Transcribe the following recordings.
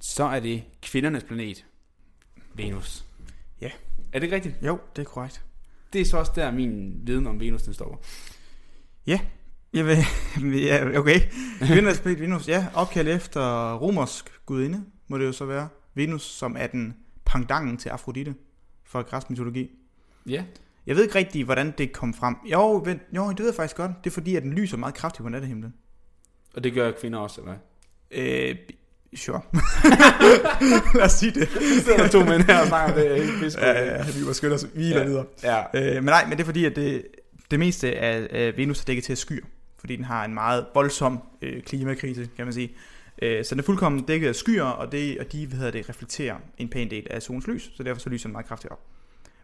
så er det kvindernes planet, Venus. Ja. Er det ikke rigtigt? Jo, det er korrekt. Det er så også der, min viden om Venus den stopper. Ja, jeg ved, ja, okay. Kvindernes planet Venus, ja, opkaldt efter romersk gudinde, må det jo så være. Venus, som er den pangdangen til Afrodite fra græsk mytologi. Ja. Jeg ved ikke rigtig, hvordan det kom frem. Jo, vent, jo, det ved jeg faktisk godt. Det er fordi, at den lyser meget kraftigt på nattehimlen. Og det gør kvinder også, eller hvad? Øh, sure. Lad os sige det. Så sidder der to mænd her og snakker om det. Jeg er helt pisse Ja, ja, vi må skynde os. Vi ja. videre. ja. Øh, men nej, men det er fordi, at det, det meste af øh, Venus er dækket til af skyer, fordi den har en meget voldsom øh, klimakrise, kan man sige. Øh, så den er fuldkommen dækket af skyer, og, det, og de hvad hedder det, reflekterer en pæn del af solens lys, så derfor så lyser den meget kraftigt op.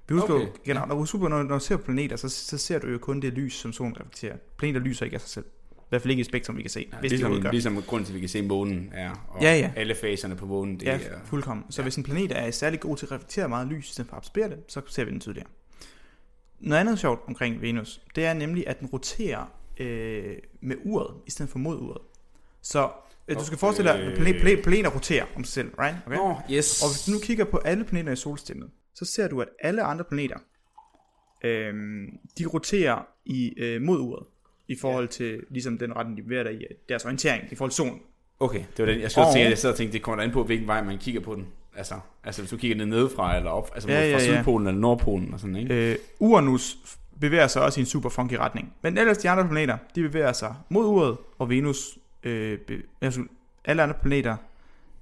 Vi husker okay. Okay. jo, generelt, når, du husker, når, når du ser på planeter, så, så ser du jo kun det lys, som solen reflekterer. Planeter lyser ikke af sig selv. I hvert fald ikke i et spektrum, vi kan se, ja, hvis de ligesom, overhovedet gør. ligesom grunden til, at vi kan se månen er, og Ja, ja. alle faserne på månen, det Ja, er... fuldkommen. Så ja. hvis en planet er særlig god til at reflektere meget lys, i stedet for at absorbere det, så ser vi den tydeligere. Noget andet sjovt omkring Venus, det er nemlig, at den roterer øh, med uret, i stedet for mod uret. Så øh, du skal Okay. forestille dig, at planet, planet, planeter roterer om sig selv, right? Okay? Nå, yes. Og hvis du nu kigger på alle planeter i solsystemet, så ser du, at alle andre planeter, øh, de roterer i øh, mod uret, i forhold til ligesom den retning, de bevæger dig i, deres orientering, i forhold til solen. Okay, det var den. Jeg skulle Og- og... tænke, at jeg sad og tænkte, det kommer da an på, hvilken vej man kigger på den. Altså, altså hvis du kigger den nedefra eller op, altså Ja, ja, ja, fra ja. Sydpolen eller Nordpolen og sådan, ikke? Øh, Uranus f- bevæger sig også i en super funky retning. Men ellers de andre planeter, de bevæger sig mod uret, og Venus, øh, be, altså, alle andre planeter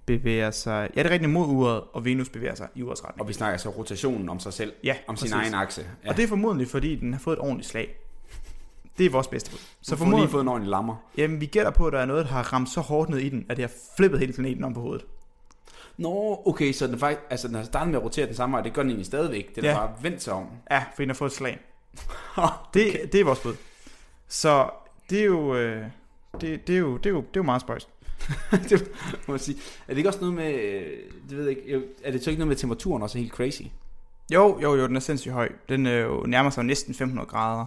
bevæger sig, ja det er rigtigt, mod uret, og Venus bevæger sig i urets retning. Og vi snakker så rotationen om sig selv, Ja, om sin præcis. egen akse. Ja. Og det er formodentlig, fordi den har fået et ordentligt slag. Det er vores bedste bud. Så så får lige formodentlig, fået en ordentlig lammer. jamen, vi gætter på, at der er noget, der har ramt så hårdt ned i den, at det har flippet hele planeten om på hovedet. Nå, okay, så den faktisk, altså den har startet med at rotere den samme vej, det gør den egentlig stadigvæk. Det er Ja. ja. bare vendt sig om. Ja, for den har fået et slag. Det, okay. det er vores bud. Så det er jo... Øh, det, det, er jo, det, er jo, det er jo meget spøjst. det må jeg sige. Er det ikke også noget med, øh, det ved jeg ikke, jeg- er det så ikke noget med at temperaturen også er helt crazy? Jo, jo, jo, den er sindssygt høj. Den øh, jo nærmer sig jo næsten 500 grader.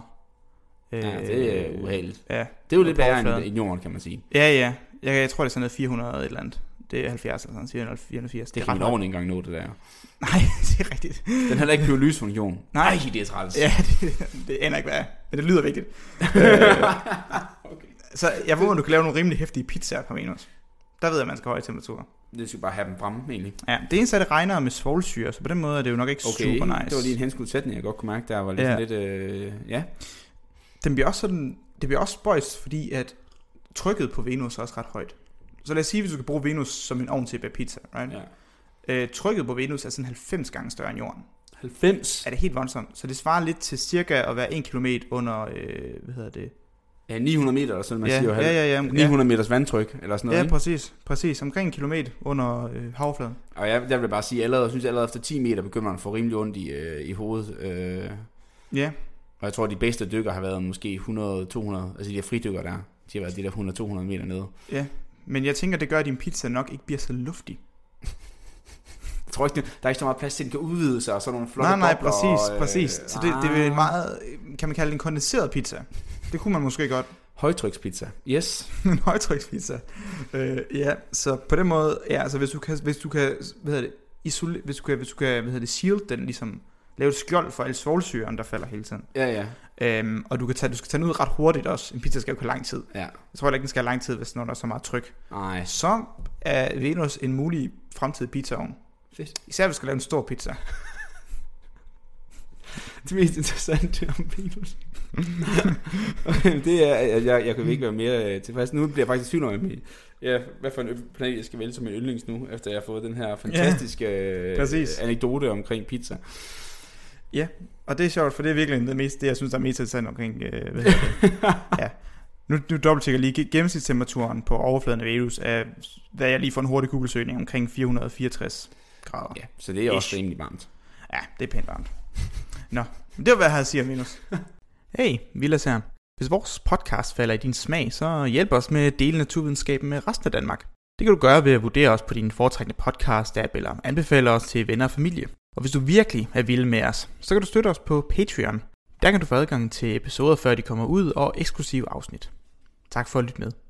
Øh, Ja, det er uheldigt. Ja, Det er jo På lidt værre end, overfladen. end jorden, kan man sige. ja. ja. Jeg, jeg tror, det er sådan noget 400 et eller andet. Det er 70 eller sådan, 480. Det er kan man højt. oven ikke engang nå, det der. Nej, det er rigtigt. Den er heller ikke pyrolysefunktion. Nej. Ej, det er træls. Ja, det, det ender ikke værre, men det lyder vigtigt. øh, okay. så jeg håber, du kan lave nogle rimelig hæftige pizzaer på Venus. Der ved jeg, at man skal have høje temperaturer. Det skal vi bare have dem fremme, egentlig. Ja, det eneste er, at det regner med svovlsyre, så på den måde er det jo nok ikke okay, super nice. det var lige en henskudt sætning, jeg godt kunne mærke, der var lidt, Ja. ja. lidt øh, ja. Den bliver også sådan, det bliver også spøjst, fordi at trykket på Venus er også ret højt. Så lad os sige, hvis du kan bruge Venus som en ovn til at bage pizza, right? ja. Øh, trykket på Venus er sådan 90 gange større end jorden. 90. Er det helt voldsomt? Så det svarer lidt til cirka at være 1 km under, øh, hvad hedder det? Ja, 900 meter, eller sådan man ja, siger jo. ja, halv- ja, ja, om- ja. 900 meters vandtryk, eller sådan noget. Ja, Ja, præcis. Præcis. Omkring en kilometer under øh, havfladen. og jeg, der vil jeg bare sige, allerede, jeg synes allerede efter 10 meter begynder man at få rimelig ondt i, øh, i hovedet. Øh, Ja. og jeg tror, de bedste dykker har været måske 100-200, altså de der fridykker der, de har været de der 100-200 meter nede. Men jeg tænker, det gør, at din pizza nok ikke bliver så luftig. Jeg tror ikke, der er ikke så meget plads til, at den kan udvide sig, og sådan nogle flotte nej, nej, bobler, præcis, og, ah. øh, præcis. Så det, det er en meget, øh, kan man kalde det en kondenseret pizza? Det kunne man måske godt. Højtrykspizza, yes. en højtrykspizza. Øh, ja, så på den måde, ja, altså hvis du kan, hvis du kan, hvad hedder det, isole, hvis du kan, hvis du kan, hvad hedder det, shield den ligesom, lave et skjold for alle svovlsyren, der falder hele tiden. Ja, ja, Øhm, og du, kan tage, du skal tage den ud ret hurtigt også. En pizza skal jo ikke have lang tid. ja. Jeg tror heller ikke, den skal have lang tid, hvis når der er så meget tryk. Ej, Så er Venus en mulig fremtidig pizzaovn. fedt. Især hvis du skal lave en stor pizza. Det mest interessante om Venus. det er, at jeg, jeg kan ikke være mere øh, tilfreds. Nu bliver jeg faktisk i tvivl om, at min- ja, hvad for en ø- planet jeg skal vælge som min yndlings nu, efter jeg har fået den her fantastiske øh, præcis. anekdote omkring pizza. Og det er sjovt, for det er virkelig det, mest, det jeg synes, der er mest interessant omkring... Øh, hvad hedder det? ja. Nu, nu dobbelttjekker jeg lige Ge- gennemsnitstemperaturen på overfladen af Venus er, hvad jeg lige får en hurtig Google-søgning, omkring 464 grader. Ja, så det er Ish. også rimelig varmt. Ja, det er pænt varmt. Nå, men det var, hvad jeg havde at sige om Venus. Hey, Vilas her. Hvis vores podcast falder i din smag, så hjælp os med at dele naturvidenskaben med resten af Danmark. Det kan du gøre ved at vurdere os på din foretrækkende podcast-app eller anbefale os til venner og familie. Og hvis du virkelig er vild med os, så kan du støtte os på Patreon. Der kan du få adgang til episoder, før de kommer ud, og eksklusive afsnit. Tak for at lytte med.